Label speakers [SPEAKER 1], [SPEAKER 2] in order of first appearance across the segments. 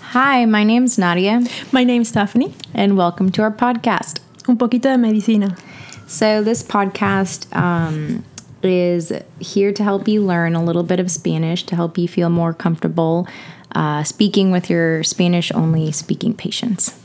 [SPEAKER 1] Hi, my name's Nadia,
[SPEAKER 2] My name's Stephanie.
[SPEAKER 1] and welcome to our podcast.
[SPEAKER 2] Un poquito de medicina.
[SPEAKER 1] So, this podcast um, is here to help you learn a little bit of Spanish, to help you feel more comfortable uh, speaking with your Spanish only speaking patients.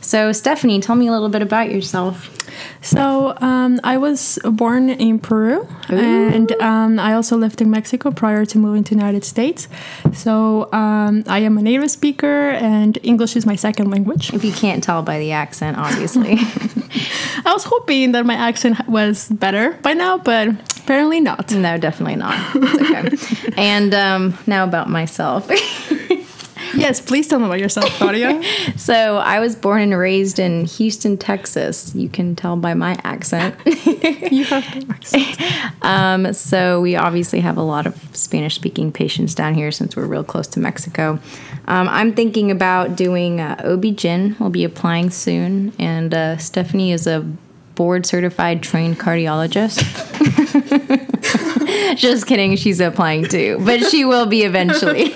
[SPEAKER 1] So, Stephanie, tell me a little bit about yourself.
[SPEAKER 2] So um, I was born in Peru, and um, I also lived in Mexico prior to moving to United States. So um, I am a native speaker, and English is my second language.
[SPEAKER 1] If you can't tell by the accent, obviously.
[SPEAKER 2] I was hoping that my accent was better by now, but apparently not.
[SPEAKER 1] no, definitely not. It's okay. and um, now about myself.
[SPEAKER 2] Yes, please tell me about yourself, Claudia.
[SPEAKER 1] So I was born and raised in Houston, Texas. You can tell by my accent.
[SPEAKER 2] you have accent.
[SPEAKER 1] Um, so we obviously have a lot of Spanish-speaking patients down here since we're real close to Mexico. Um, I'm thinking about doing uh, OB-GYN. We'll be applying soon, and uh, Stephanie is a board-certified trained cardiologist. Just kidding, she's applying too, but she will be eventually.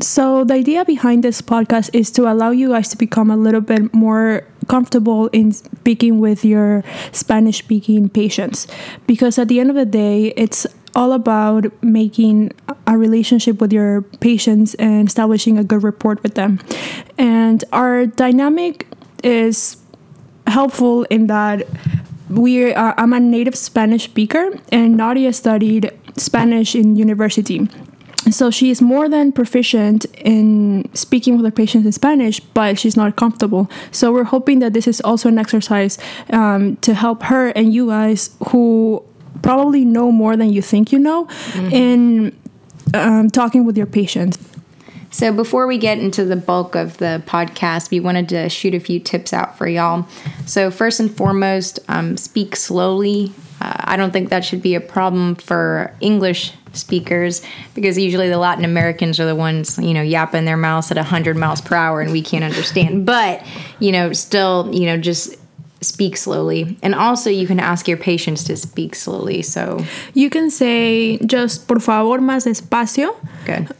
[SPEAKER 2] So, the idea behind this podcast is to allow you guys to become a little bit more comfortable in speaking with your Spanish speaking patients. Because at the end of the day, it's all about making a relationship with your patients and establishing a good rapport with them. And our dynamic is helpful in that we uh, I'm a native Spanish speaker and Nadia studied Spanish in university. So she is more than proficient in speaking with her patients in Spanish, but she's not comfortable. So we're hoping that this is also an exercise um, to help her and you guys who probably know more than you think you know in um, talking with your patients.
[SPEAKER 1] So, before we get into the bulk of the podcast, we wanted to shoot a few tips out for y'all. So, first and foremost, um, speak slowly. Uh, I don't think that should be a problem for English speakers because usually the Latin Americans are the ones, you know, yapping their mouths at 100 miles per hour and we can't understand. But, you know, still, you know, just speak slowly. And also, you can ask your patients to speak slowly. So,
[SPEAKER 2] You can say just por favor más despacio.
[SPEAKER 1] good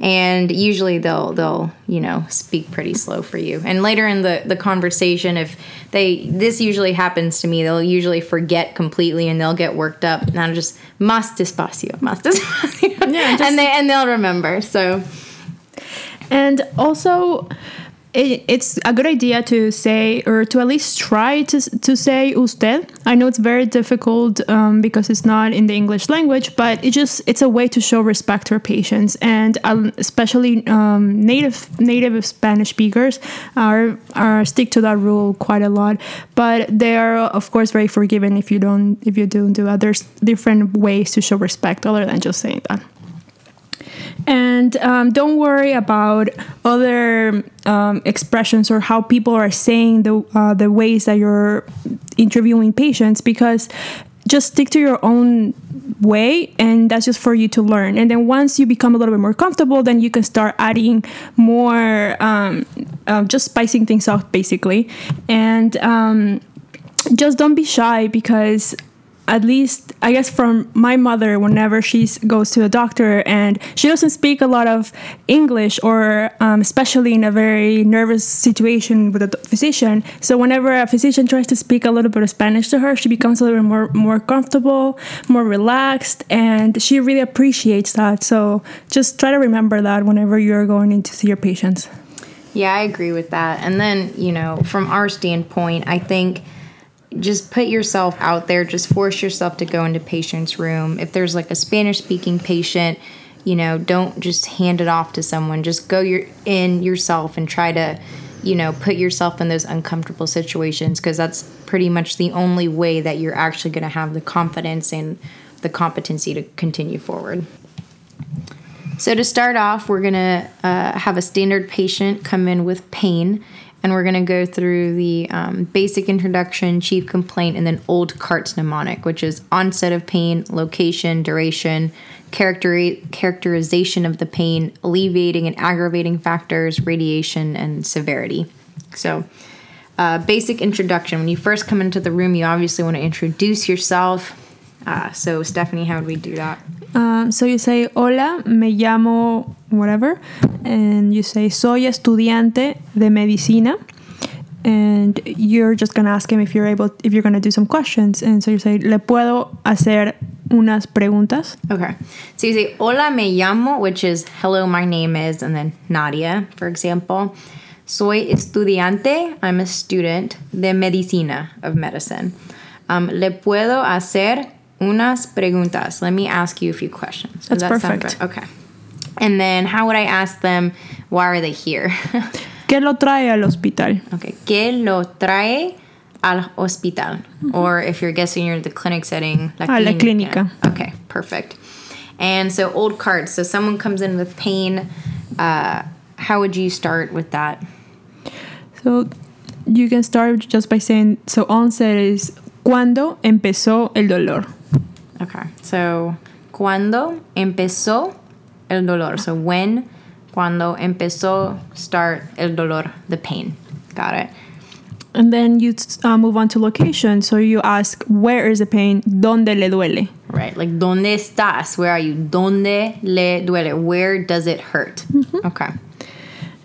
[SPEAKER 1] and usually they'll they'll you know speak pretty slow for you and later in the the conversation if they this usually happens to me they'll usually forget completely and they'll get worked up and i'll just más despacio más despacio
[SPEAKER 2] Yeah, just-
[SPEAKER 1] and they and they'll remember so
[SPEAKER 2] And also, it, it's a good idea to say, or to at least try to, s- to say usted. I know it's very difficult um, because it's not in the English language, but it just it's a way to show respect to our patients, and um, especially um, native native Spanish speakers are are stick to that rule quite a lot. But they are of course very forgiving if you don't if you don't do that. There's different ways to show respect other than just saying that. And um, don't worry about other um, expressions or how people are saying the uh, the ways that you're interviewing patients because just stick to your own way and that's just for you to learn and then once you become a little bit more comfortable then you can start adding more um, uh, just spicing things up basically and um, just don't be shy because at least i guess from my mother whenever she s- goes to the doctor and she doesn't speak a lot of english or um, especially in a very nervous situation with a d- physician so whenever a physician tries to speak a little bit of spanish to her she becomes a little bit more more comfortable more relaxed and she really appreciates that so just try to remember that whenever you're going in to see your patients
[SPEAKER 1] Yeah, I agree with that. And then, you know, from our standpoint, I think just put yourself out there, just force yourself to go into patient's room. If there's like a Spanish speaking patient, you know, don't just hand it off to someone. Just go your in yourself and try to, you know, put yourself in those uncomfortable situations because that's pretty much the only way that you're actually going to have the confidence and the competency to continue forward. So to start off, we're gonna uh, have a standard patient come in with pain, and we're gonna go through the um, basic introduction, chief complaint, and then old CARTS mnemonic, which is onset of pain, location, duration, character characterization of the pain, alleviating and aggravating factors, radiation, and severity. So. Uh, basic introduction. When you first come into the room, you obviously want to introduce yourself. Uh, so, Stephanie, how would we do that?
[SPEAKER 2] Um, so you say, Hola, me llamo whatever, and you say, Soy estudiante de medicina. And you're just gonna ask him if you're able, if you're gonna do some questions. And so you say, Le puedo hacer unas preguntas.
[SPEAKER 1] Okay. So you say, Hola, me llamo, which is hello, my name is, and then Nadia, for example. Soy estudiante, I'm a student, de medicina, of medicine. Um, le puedo hacer unas preguntas. Let me ask you a few questions. Does
[SPEAKER 2] That's
[SPEAKER 1] sound
[SPEAKER 2] perfect.
[SPEAKER 1] good? Okay. And then how would I ask them, why are they here?
[SPEAKER 2] ¿Qué lo trae al hospital?
[SPEAKER 1] Okay. ¿Qué lo trae al hospital? Or if you're guessing you're in the clinic setting, la
[SPEAKER 2] A la
[SPEAKER 1] clínica. Okay, perfect. And so old cards. So someone comes in with pain. Uh, how would you start with that?
[SPEAKER 2] So you can start just by saying, so onset is cuando empezó el dolor.
[SPEAKER 1] Okay. So cuando empezó el dolor. So when cuando empezó start el dolor, the pain. Got it.
[SPEAKER 2] And then you uh, move on to location. So you ask, where is the pain? ¿Dónde le duele?
[SPEAKER 1] Right, like ¿dónde estás? Where are you? ¿Dónde le duele? Where does it hurt? Okay.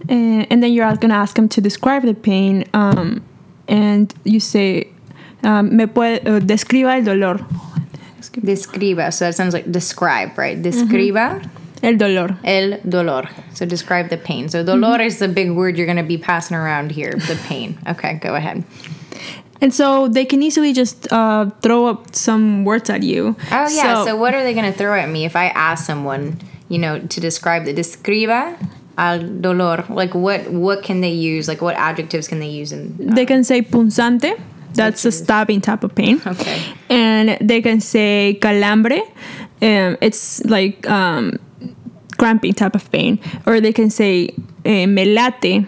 [SPEAKER 2] Uh, and then you're going to ask him to describe the pain. Um, and you say, um, me puede, uh, describa el dolor.
[SPEAKER 1] Describa. So that sounds like describe, right? Describa
[SPEAKER 2] El dolor.
[SPEAKER 1] el dolor. So describe the pain. So dolor is the big word you're going to be passing around here. The pain. Okay, go ahead.
[SPEAKER 2] And so they can easily just uh, throw up some words at you.
[SPEAKER 1] Oh yeah. So, what are they going to throw at me if I ask someone, you know, to describe the describa al dolor? Like what what can they use? Like what adjectives can they use? In
[SPEAKER 2] They can say punzante, that's a stabbing type of pain.
[SPEAKER 1] Okay.
[SPEAKER 2] And they can say calambre, um, it's like um, cramping type of pain. Or they can say eh, melate,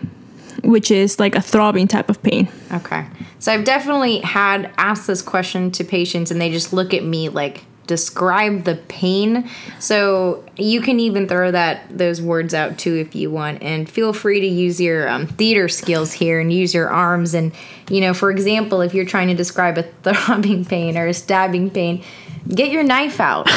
[SPEAKER 2] which is like a throbbing type of pain.
[SPEAKER 1] okay. So I've definitely had asked this question to patients, and they just look at me like describe the pain. So you can even throw that those words out too if you want, and feel free to use your um, theater skills here and use your arms. And you know, for example, if you're trying to describe a throbbing pain or a stabbing pain. Get your knife out,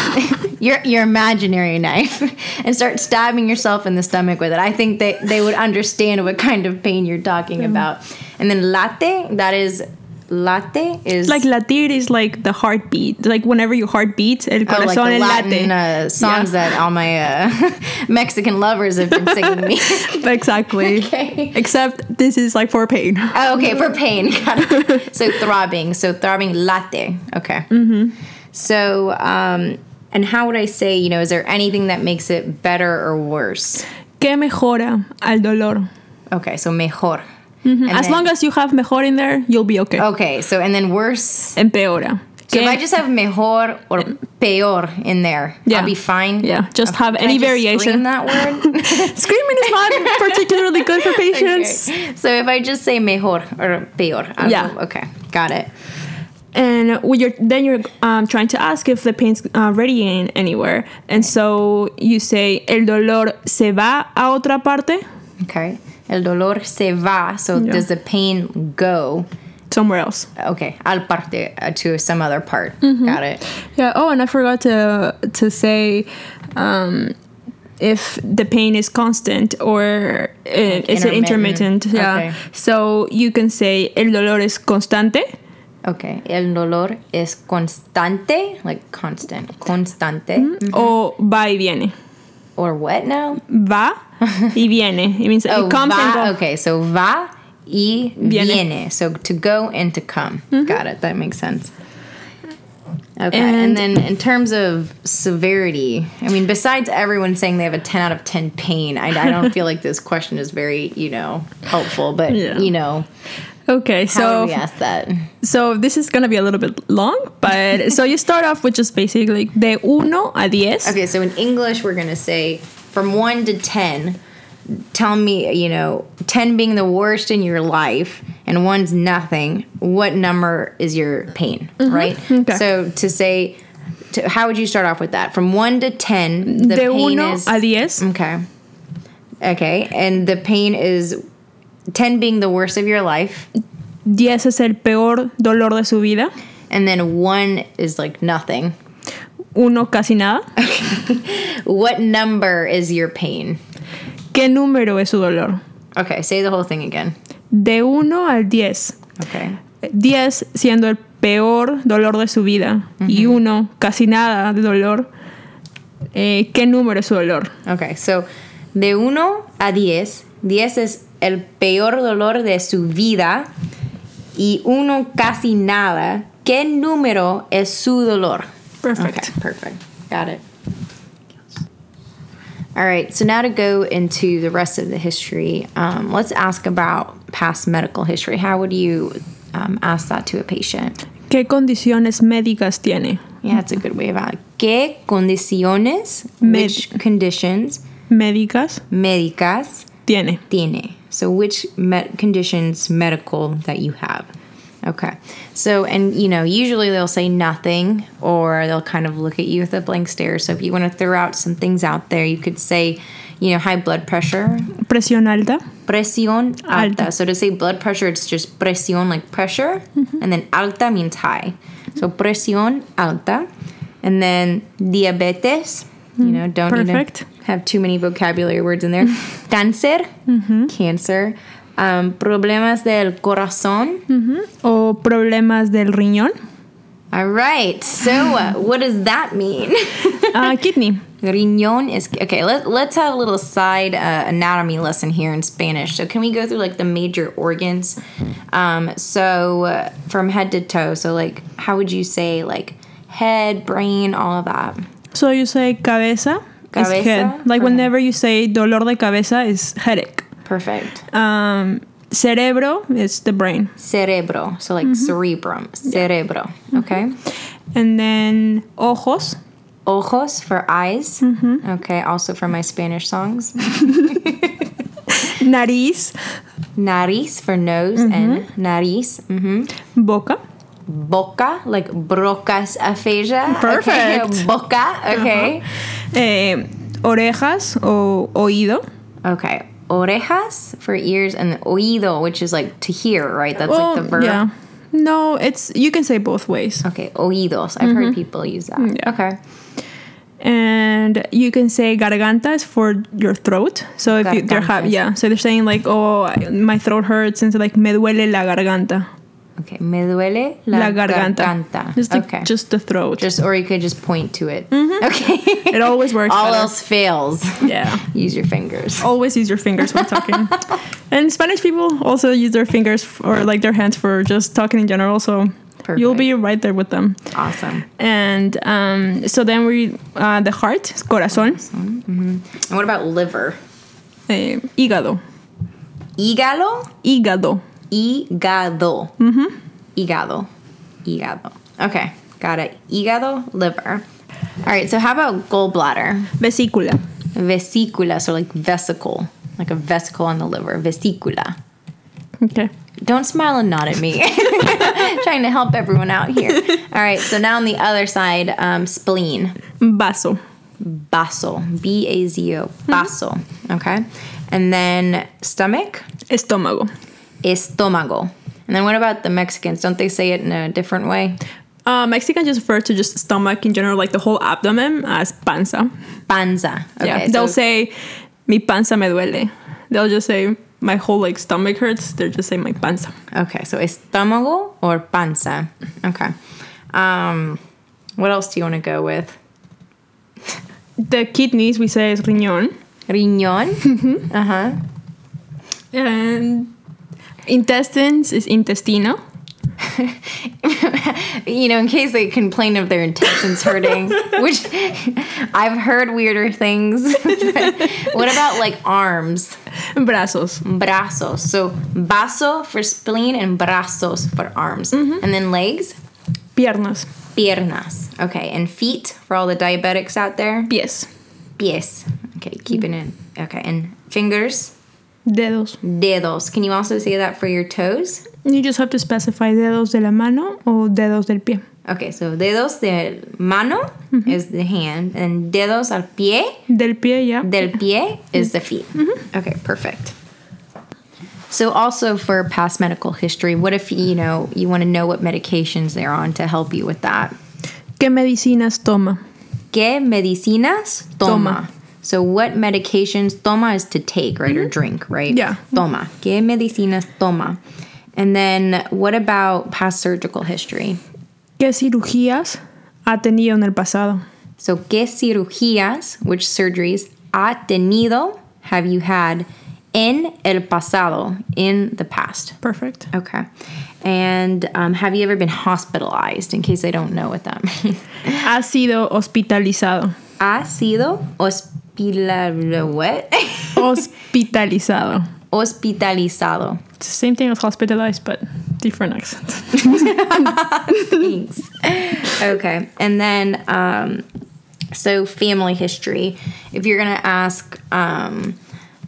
[SPEAKER 1] your your imaginary knife, and start stabbing yourself in the stomach with it. I think they, they would understand what kind of pain you're talking about. And then latte, that is latte is
[SPEAKER 2] Like latir is like the heartbeat. Like whenever your heart beats, el
[SPEAKER 1] Oh,
[SPEAKER 2] corazón
[SPEAKER 1] like the
[SPEAKER 2] el
[SPEAKER 1] Latin
[SPEAKER 2] late.
[SPEAKER 1] uh, songs that all my uh, Mexican lovers have been singing me.
[SPEAKER 2] Exactly.
[SPEAKER 1] Okay.
[SPEAKER 2] Except this is like for pain.
[SPEAKER 1] Oh, okay, for pain. Got it. So throbbing. So throbbing latte. Okay. Mm-hmm. So, um, and how would I say, you know, is there anything that makes it better or worse?
[SPEAKER 2] Que mejora al dolor.
[SPEAKER 1] Okay, so mejor. And
[SPEAKER 2] As
[SPEAKER 1] then-
[SPEAKER 2] long as you have mejor in there, you'll be okay.
[SPEAKER 1] Okay, so and then worse.
[SPEAKER 2] Empeora.
[SPEAKER 1] Oh. So
[SPEAKER 2] Que-
[SPEAKER 1] if I just have mejor or peor in there,
[SPEAKER 2] Yeah.
[SPEAKER 1] I'll be fine.
[SPEAKER 2] Yeah, just have
[SPEAKER 1] Can I
[SPEAKER 2] any
[SPEAKER 1] just
[SPEAKER 2] variation.
[SPEAKER 1] Scream that word.
[SPEAKER 2] Screaming is not particularly good for patients.
[SPEAKER 1] Okay. So if I just say mejor or peor, I
[SPEAKER 2] Yeah.
[SPEAKER 1] will- okay, got it.
[SPEAKER 2] And when you're, then you're um, trying to ask if the pain's uh, radiating anywhere. And so you say, el dolor se va a otra parte,
[SPEAKER 1] Okay. El dolor se va. So
[SPEAKER 2] Yeah.
[SPEAKER 1] does the pain go?
[SPEAKER 2] somewhere else.
[SPEAKER 1] Okay, al parte uh, to some other part.
[SPEAKER 2] Mm-hmm.
[SPEAKER 1] Got it.
[SPEAKER 2] Yeah. Oh, and I forgot to to say um, if the pain is constant or uh, is it
[SPEAKER 1] intermittent.
[SPEAKER 2] intermittent? Yeah.
[SPEAKER 1] Okay.
[SPEAKER 2] So you can say el dolor es constante.
[SPEAKER 1] Okay. El dolor es constante, like constant, constante,
[SPEAKER 2] Mm-hmm. O va y viene.
[SPEAKER 1] or what now?
[SPEAKER 2] Va y viene. It means
[SPEAKER 1] Oh,
[SPEAKER 2] it comes
[SPEAKER 1] va,
[SPEAKER 2] and goes.
[SPEAKER 1] Okay, so va y viene.
[SPEAKER 2] Viene. Mm-hmm.
[SPEAKER 1] So to go and to come. Got it. That makes sense. Okay. And,
[SPEAKER 2] And-
[SPEAKER 1] then in terms of severity, I mean, besides everyone saying they have a 10 out of 10 pain, I, I don't feel like this question is very, you know, helpful, but,
[SPEAKER 2] Yeah.
[SPEAKER 1] you know,
[SPEAKER 2] Okay.
[SPEAKER 1] how
[SPEAKER 2] So
[SPEAKER 1] would we ask that?
[SPEAKER 2] so this is gonna be a little bit long, but so you start off with just basically de uno a diez.
[SPEAKER 1] Okay, so in English, we're going to say from 1 to 10. Tell me, you know, 10 being the worst in your life and 1's nothing, what number is your pain, right?
[SPEAKER 2] Mm-hmm. Okay.
[SPEAKER 1] So to say, to, how would you start off with that? From 1 to 10, the
[SPEAKER 2] de
[SPEAKER 1] pain
[SPEAKER 2] uno
[SPEAKER 1] is.
[SPEAKER 2] a diez.
[SPEAKER 1] Okay. Okay, and the pain is 10 being the worst of your life,
[SPEAKER 2] Diez es el peor dolor de su vida.
[SPEAKER 1] and then 1 is like nothing.
[SPEAKER 2] Uno casi nada.
[SPEAKER 1] What number is your pain?
[SPEAKER 2] ¿Qué número es su dolor?
[SPEAKER 1] Okay, say the whole thing again.
[SPEAKER 2] De 1 al 10.
[SPEAKER 1] Okay.
[SPEAKER 2] 10 siendo el peor dolor de su vida y 1 casi nada de dolor. Eh, ¿Qué número es su dolor?
[SPEAKER 1] Okay, so de 1 a 10, 10 es el peor dolor de su vida y 1 casi nada. ¿Qué número es su dolor?
[SPEAKER 2] Perfect.
[SPEAKER 1] Okay, perfect. Got it. All right, so now to go into the rest of the history, um, let's ask about past medical history. How would you um, ask that to a patient?
[SPEAKER 2] ¿Qué condiciones médicas tiene?
[SPEAKER 1] Yeah, that's a good way about it. ¿Qué condiciones,
[SPEAKER 2] Med-
[SPEAKER 1] which conditions,
[SPEAKER 2] Médicas
[SPEAKER 1] médicas
[SPEAKER 2] tiene.
[SPEAKER 1] tiene? So, which med- conditions medical that you have? Okay. So, and you know, usually they'll say nothing or they'll kind of look at you with a blank stare. So, if you want to throw out some things out there, you could say, you know, high blood pressure,
[SPEAKER 2] Presión alta.
[SPEAKER 1] presión alta.
[SPEAKER 2] Alta.
[SPEAKER 1] So, to say blood pressure, it's just presión, like pressure, and then alta means high. So, presión alta. And then diabetes, you know, don't need to
[SPEAKER 2] Perfect.
[SPEAKER 1] have too many vocabulary words in there. Cáncer, cancer. Um, problemas del corazón.
[SPEAKER 2] O problemas del riñón.
[SPEAKER 1] All right. So, uh, what does that mean?
[SPEAKER 2] Ah, kidney.
[SPEAKER 1] Riñón is okay. Let, let's have a little side uh, anatomy lesson here in Spanish. So, can we go through like the major organs? Um, so, uh, from head to toe. So, like, how would you say like head, brain, all of that?
[SPEAKER 2] So you say cabeza. is
[SPEAKER 1] Cabeza,
[SPEAKER 2] head. Like
[SPEAKER 1] or head.
[SPEAKER 2] whenever you say dolor de cabeza is headache.
[SPEAKER 1] Perfect.
[SPEAKER 2] Um, cerebro is the brain.
[SPEAKER 1] Cerebro. So, like cerebrum. Cerebro. Okay.
[SPEAKER 2] And then ojos.
[SPEAKER 1] Ojos for eyes. Okay. Also for my Spanish songs.
[SPEAKER 2] Nariz.
[SPEAKER 1] Nariz for nose and nariz. hmm
[SPEAKER 2] Boca.
[SPEAKER 1] boca, like Broca's aphasia. Okay.
[SPEAKER 2] Perfect.
[SPEAKER 1] Boca, okay.
[SPEAKER 2] Eh, orejas o oído.
[SPEAKER 1] Okay. Orejas for ears and the oído, which is like to hear, right? That's like the verb.
[SPEAKER 2] yeah. No, it's you can say both ways.
[SPEAKER 1] Okay, oídos. I've heard people use that.
[SPEAKER 2] Mm-hmm. Mm, Yeah.
[SPEAKER 1] Okay.
[SPEAKER 2] And you can say garganta is for your throat. So if you, they're ha-
[SPEAKER 1] Gargantas.
[SPEAKER 2] yeah, so they're saying like, oh, I- my throat hurts, and so like me duele la garganta.
[SPEAKER 1] Okay. Me duele la,
[SPEAKER 2] la garganta.
[SPEAKER 1] garganta.
[SPEAKER 2] Just the,
[SPEAKER 1] okay.
[SPEAKER 2] just the throat.
[SPEAKER 1] Just- or you could just point to it. Okay.
[SPEAKER 2] it always works.
[SPEAKER 1] All
[SPEAKER 2] better.
[SPEAKER 1] else fails.
[SPEAKER 2] Yeah.
[SPEAKER 1] use your fingers.
[SPEAKER 2] Always use your fingers when talking. and Spanish people also use their fingers f- or like their hands for just talking in general. So you'll
[SPEAKER 1] Perfect.
[SPEAKER 2] be right there with them.
[SPEAKER 1] Awesome.
[SPEAKER 2] And um, so then we uh, the heart, is corazón,
[SPEAKER 1] And what about liver?
[SPEAKER 2] eh, hígado,
[SPEAKER 1] Hígado?
[SPEAKER 2] hígado.
[SPEAKER 1] Hígado. Mm-hmm. Hígado. Hígado. Okay, got it. Hígado, liver. All right, so how about gallbladder?
[SPEAKER 2] Vesícula.
[SPEAKER 1] Vesicula, so like vesicle, like a vesicle on the liver. Vesicula.
[SPEAKER 2] Okay.
[SPEAKER 1] Don't smile and nod at me. Trying to help everyone out here. All right, so now on the other side, um, spleen.
[SPEAKER 2] Vaso.
[SPEAKER 1] Baso. B A Z O.
[SPEAKER 2] Mm-hmm.
[SPEAKER 1] Baso. Okay. And then stomach.
[SPEAKER 2] Estómago.
[SPEAKER 1] Estomago. And then what about the Mexicans? Don't they say it in a different way?
[SPEAKER 2] Uh, Mexicans just refer to just stomach in general, like the whole abdomen, as panza.
[SPEAKER 1] panza.
[SPEAKER 2] yeah.
[SPEAKER 1] Okay,
[SPEAKER 2] They'll
[SPEAKER 1] so
[SPEAKER 2] say, mi panza me duele. They'll just say, my whole like stomach hurts. They'll just say, my panza.
[SPEAKER 1] okay, so estómago or panza. Okay. Um, what else do you want to go with?
[SPEAKER 2] The kidneys, we say, is riñón.
[SPEAKER 1] Riñón. uh huh.
[SPEAKER 2] And intestines is intestino.
[SPEAKER 1] You know, in case they complain of their intestines hurting, which I've heard weirder things. But what about like arms,
[SPEAKER 2] Brazos.
[SPEAKER 1] brazos? So baso for spleen and brazos for arms, and then legs,
[SPEAKER 2] Piernas.
[SPEAKER 1] piernas. Okay, and feet for all the diabetics out there.
[SPEAKER 2] Pies.
[SPEAKER 1] Pies. Okay, keeping it. in. Okay, and fingers,
[SPEAKER 2] Dedos.
[SPEAKER 1] dedos. Can you also say that for your toes?
[SPEAKER 2] You just have to specify dedos de la mano o dedos del pie.
[SPEAKER 1] Okay, so dedos de mano is the hand, and dedos al pie
[SPEAKER 2] Del pie, yeah. Mm-hmm.
[SPEAKER 1] del pie is the feet. Okay, perfect. So also for past medical history, what if you know you want to know what medications they're on to help you with that?
[SPEAKER 2] ¿Qué medicinas toma?
[SPEAKER 1] ¿Qué medicinas toma?
[SPEAKER 2] Toma. Mm-hmm.
[SPEAKER 1] So what medications toma is to take, right, or drink, right?
[SPEAKER 2] Yeah.
[SPEAKER 1] Toma. ¿Qué medicinas toma? And then what about past surgical history?
[SPEAKER 2] ¿Qué cirugías ha tenido en el pasado?
[SPEAKER 1] So, ¿qué cirugías, which surgeries, ha tenido, have you had, en el pasado, in the past?
[SPEAKER 2] Perfect.
[SPEAKER 1] Okay. And um, have you ever been hospitalized, in case they don't know what that means?
[SPEAKER 2] Ha sido hospitalizado.
[SPEAKER 1] ha sido hospila- what?
[SPEAKER 2] Hospitalizado.
[SPEAKER 1] hospitalizado.
[SPEAKER 2] It's the same thing as hospitalized, but different accent.
[SPEAKER 1] Okay. And then, um, so family history. If you're going to ask um,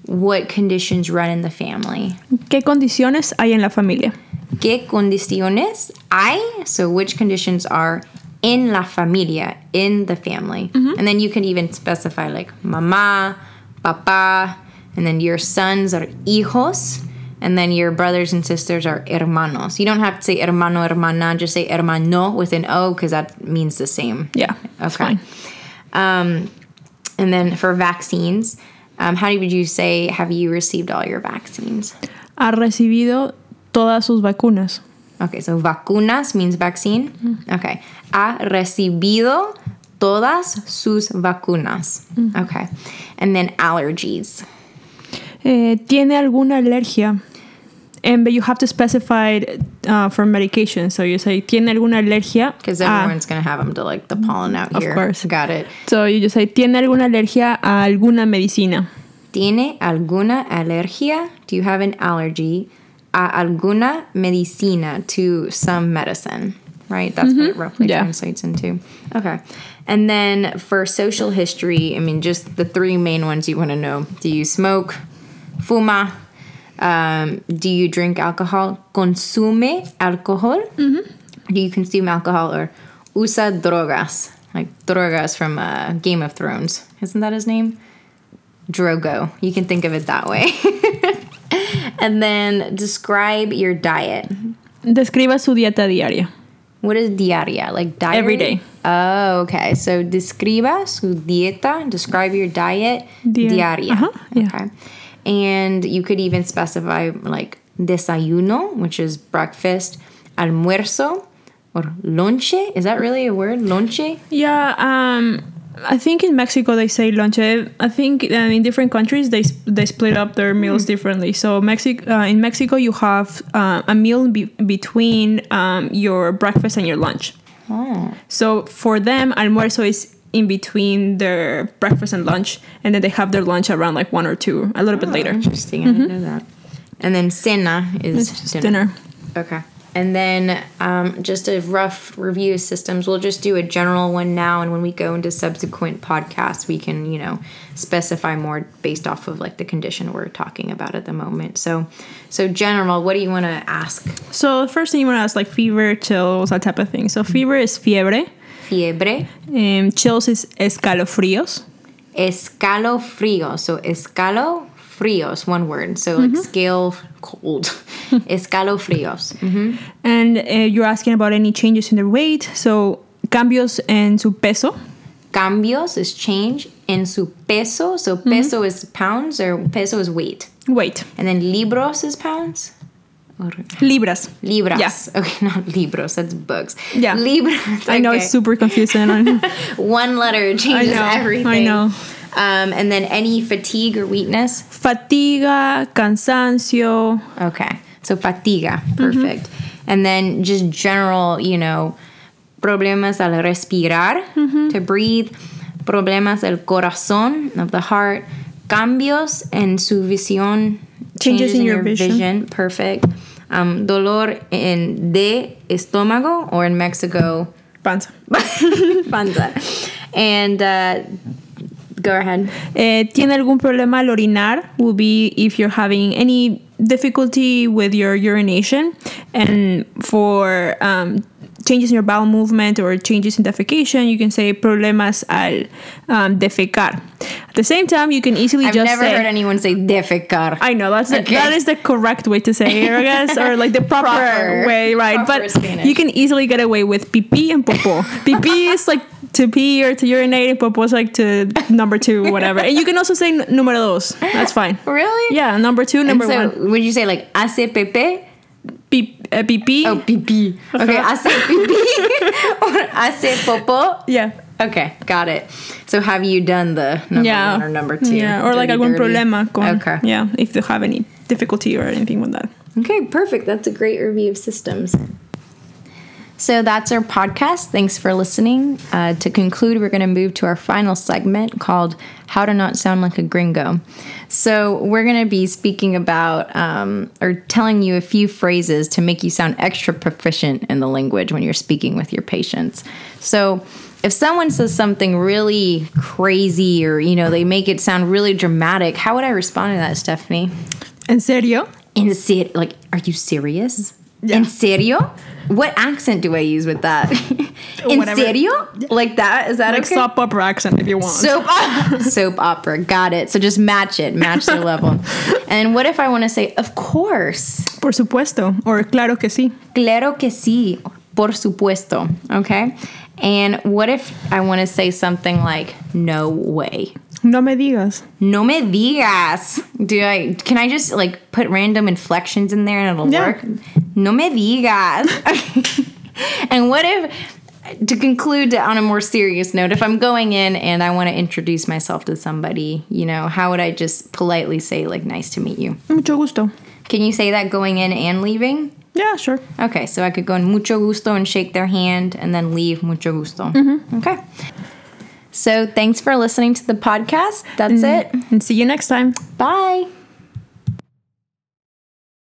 [SPEAKER 1] what conditions run in the family,
[SPEAKER 2] ¿Qué condiciones hay en la familia?
[SPEAKER 1] ¿Qué condiciones hay? So, which conditions are in la familia, in the family?
[SPEAKER 2] Mm-hmm.
[SPEAKER 1] And then you can even specify like mamá, papá, and then your sons are hijos, and then your brothers and sisters are hermanos. You don't have to say hermano, hermana, just say hermano with an O because that means the same.
[SPEAKER 2] Yeah. it's
[SPEAKER 1] Okay.
[SPEAKER 2] fine.
[SPEAKER 1] Um, and then for vaccines, um, how would you say, have you received all your vaccines?
[SPEAKER 2] Ha recibido todas sus vacunas.
[SPEAKER 1] Okay, so vacunas means vaccine.
[SPEAKER 2] Mm-hmm.
[SPEAKER 1] Okay. Ha recibido todas sus vacunas.
[SPEAKER 2] Mm-hmm.
[SPEAKER 1] Okay. And then allergies.
[SPEAKER 2] Eh, ¿Tiene alguna alergia? And but you have to specify it, uh, for medication. So you say, ¿tiene alguna alergia?
[SPEAKER 1] Because
[SPEAKER 2] a-"
[SPEAKER 1] everyone's going to have them to like the pollen out
[SPEAKER 2] Ah. Of
[SPEAKER 1] here.
[SPEAKER 2] course.
[SPEAKER 1] Got it.
[SPEAKER 2] So you just say, ¿tiene alguna alergia a alguna medicina?
[SPEAKER 1] ¿Tiene alguna alergia? Do you have an allergy? A alguna medicina to some medicine, right? That's what it roughly
[SPEAKER 2] Yeah.
[SPEAKER 1] translates into. Okay. And then for social history, I mean, just the three main ones you want to know do you smoke? Fuma? Um, do you drink alcohol? Consume alcohol? Mm-hmm. Do you consume alcohol or usa drogas? Like drogas from uh, Game of Thrones. Isn't that his name? Drogo. You can think of it that way. and then describe your diet.
[SPEAKER 2] Describa su dieta diaria.
[SPEAKER 1] What is diaria? Like diet?
[SPEAKER 2] Every day.
[SPEAKER 1] Oh, okay. So describa su dieta. Describe your diet.
[SPEAKER 2] Dia-
[SPEAKER 1] diaria.
[SPEAKER 2] Uh-huh, yeah.
[SPEAKER 1] Okay. And you could even specify like desayuno, which is breakfast, almuerzo, or lonche. Is that really a word? Lonche?
[SPEAKER 2] Yeah, um, I think in Mexico they say lonche. I think uh, in different countries they sp- they split up their meals differently. So Mexico, uh, in Mexico, you have uh, a meal be- between um, your breakfast and your lunch.
[SPEAKER 1] Oh.
[SPEAKER 2] So for them, almuerzo is in between their breakfast and lunch, and then they have their lunch around like one or two, a little bit later.
[SPEAKER 1] Interesting. I didn't know that. And then cena is
[SPEAKER 2] It's just dinner.
[SPEAKER 1] Okay. And then um, just a rough review of systems. We'll just do a general one now, and when we go into subsequent podcasts, we can, you know, specify more based off of like the condition we're talking about at the moment. So, so general, what do you want to ask?
[SPEAKER 2] So the first thing you want to ask like fever, chills, that type of thing. So fever is fiebre,
[SPEAKER 1] Fiebre,
[SPEAKER 2] um, chills is escalofríos.
[SPEAKER 1] escalofrío. So escalofríos, one word. So like scale cold, escalofríos. Mhm.
[SPEAKER 2] And uh, you're asking about any changes in their weight. So, cambios en su peso.
[SPEAKER 1] Cambios is change en su peso. So peso is pounds or peso is weight.
[SPEAKER 2] Weight.
[SPEAKER 1] And then libros is pounds? Or
[SPEAKER 2] Libras.
[SPEAKER 1] libras.
[SPEAKER 2] Yeah.
[SPEAKER 1] Okay, not libros, that's books.
[SPEAKER 2] Yeah.
[SPEAKER 1] Libras.
[SPEAKER 2] I know
[SPEAKER 1] okay.
[SPEAKER 2] it's super confusing. I know.
[SPEAKER 1] One letter changes
[SPEAKER 2] know, I
[SPEAKER 1] everything.
[SPEAKER 2] know.
[SPEAKER 1] Um, and then any fatigue or weakness?
[SPEAKER 2] Fatiga, cansancio.
[SPEAKER 1] Okay. So fatiga. Perfect.
[SPEAKER 2] Mm-hmm.
[SPEAKER 1] And then just general, you know, problemas al respirar,
[SPEAKER 2] Mm-hmm.
[SPEAKER 1] to breathe, problemas del corazón, of the heart, cambios en su visión, changes,
[SPEAKER 2] in your vision.
[SPEAKER 1] Perfect. Um, dolor en de estómago, or in Mexico,
[SPEAKER 2] Panza.
[SPEAKER 1] panza. And uh, go ahead.
[SPEAKER 2] Eh, ¿Tiene algún problema al orinar? Will be if you're having any difficulty with your urination. And for um, changes in your bowel movement or changes in defecation, you can say problemas al um, defecar. At the same time, you can easily
[SPEAKER 1] I've
[SPEAKER 2] just
[SPEAKER 1] never
[SPEAKER 2] say,
[SPEAKER 1] heard anyone say defecar.
[SPEAKER 2] I know that's the,
[SPEAKER 1] Okay.
[SPEAKER 2] that is the correct way to say it, I guess, or like the proper,
[SPEAKER 1] Proper-
[SPEAKER 2] way, right?
[SPEAKER 1] proper
[SPEAKER 2] but
[SPEAKER 1] Spanish.
[SPEAKER 2] you can easily get away with pipí and popo. pipí is like to pee or to urinate, but was like to number two, whatever. and you can also say n- número dos. That's fine.
[SPEAKER 1] Really?
[SPEAKER 2] Yeah, number two,
[SPEAKER 1] And
[SPEAKER 2] number
[SPEAKER 1] so
[SPEAKER 2] one.
[SPEAKER 1] would you say like hace pepe?
[SPEAKER 2] Pee, uh, pee, pee.
[SPEAKER 1] Oh, pee Okay, hace pipí or hace popo.
[SPEAKER 2] Yeah.
[SPEAKER 1] Okay, got it. So have you done the number
[SPEAKER 2] yeah.
[SPEAKER 1] one or number two?
[SPEAKER 2] Yeah, or like
[SPEAKER 1] Dirty,
[SPEAKER 2] algún
[SPEAKER 1] dirty.
[SPEAKER 2] problema con.
[SPEAKER 1] Okay.
[SPEAKER 2] Yeah, if you have any difficulty or anything with that.
[SPEAKER 1] Okay, perfect. That's a great review of systems. So that's our podcast. Thanks for listening. Uh, to conclude, we're going to move to our final segment called How to Not Sound Like a Gringo. So, we're going to be speaking about um, or telling you a few phrases to make you sound extra proficient in the language when you're speaking with your patients. So, if someone says something really crazy or, you know, they make it sound really dramatic, how would I respond to that, Stephanie?
[SPEAKER 2] En serio?
[SPEAKER 1] in ser- like are you serious in serio what accent do i use with that in
[SPEAKER 2] Whatever.
[SPEAKER 1] serio like that is that
[SPEAKER 2] Like
[SPEAKER 1] okay
[SPEAKER 2] soap opera accent if you want.
[SPEAKER 1] soap op- soap opera got it so just match it match their level and what if i want to say of course
[SPEAKER 2] Por supuesto. Or claro que sí.
[SPEAKER 1] claro que sí por supuesto okay and what if i want to say something like no way
[SPEAKER 2] No me digas.
[SPEAKER 1] no me digas. Do I can I just like put random inflections in there and it'll
[SPEAKER 2] Yeah.
[SPEAKER 1] work? No me digas. and what if to conclude on a more serious note, if I'm going in and I want to introduce myself to somebody, you know, how would I just politely say like nice to meet you?
[SPEAKER 2] Mucho gusto.
[SPEAKER 1] Can you say that going in and leaving?
[SPEAKER 2] Yeah, sure.
[SPEAKER 1] Okay, so I could go in mucho gusto and shake their hand and then leave mucho gusto. Okay. So thanks for listening to the podcast. That's it.
[SPEAKER 2] Mm. And see Mm-hmm. you next time.
[SPEAKER 1] Bye.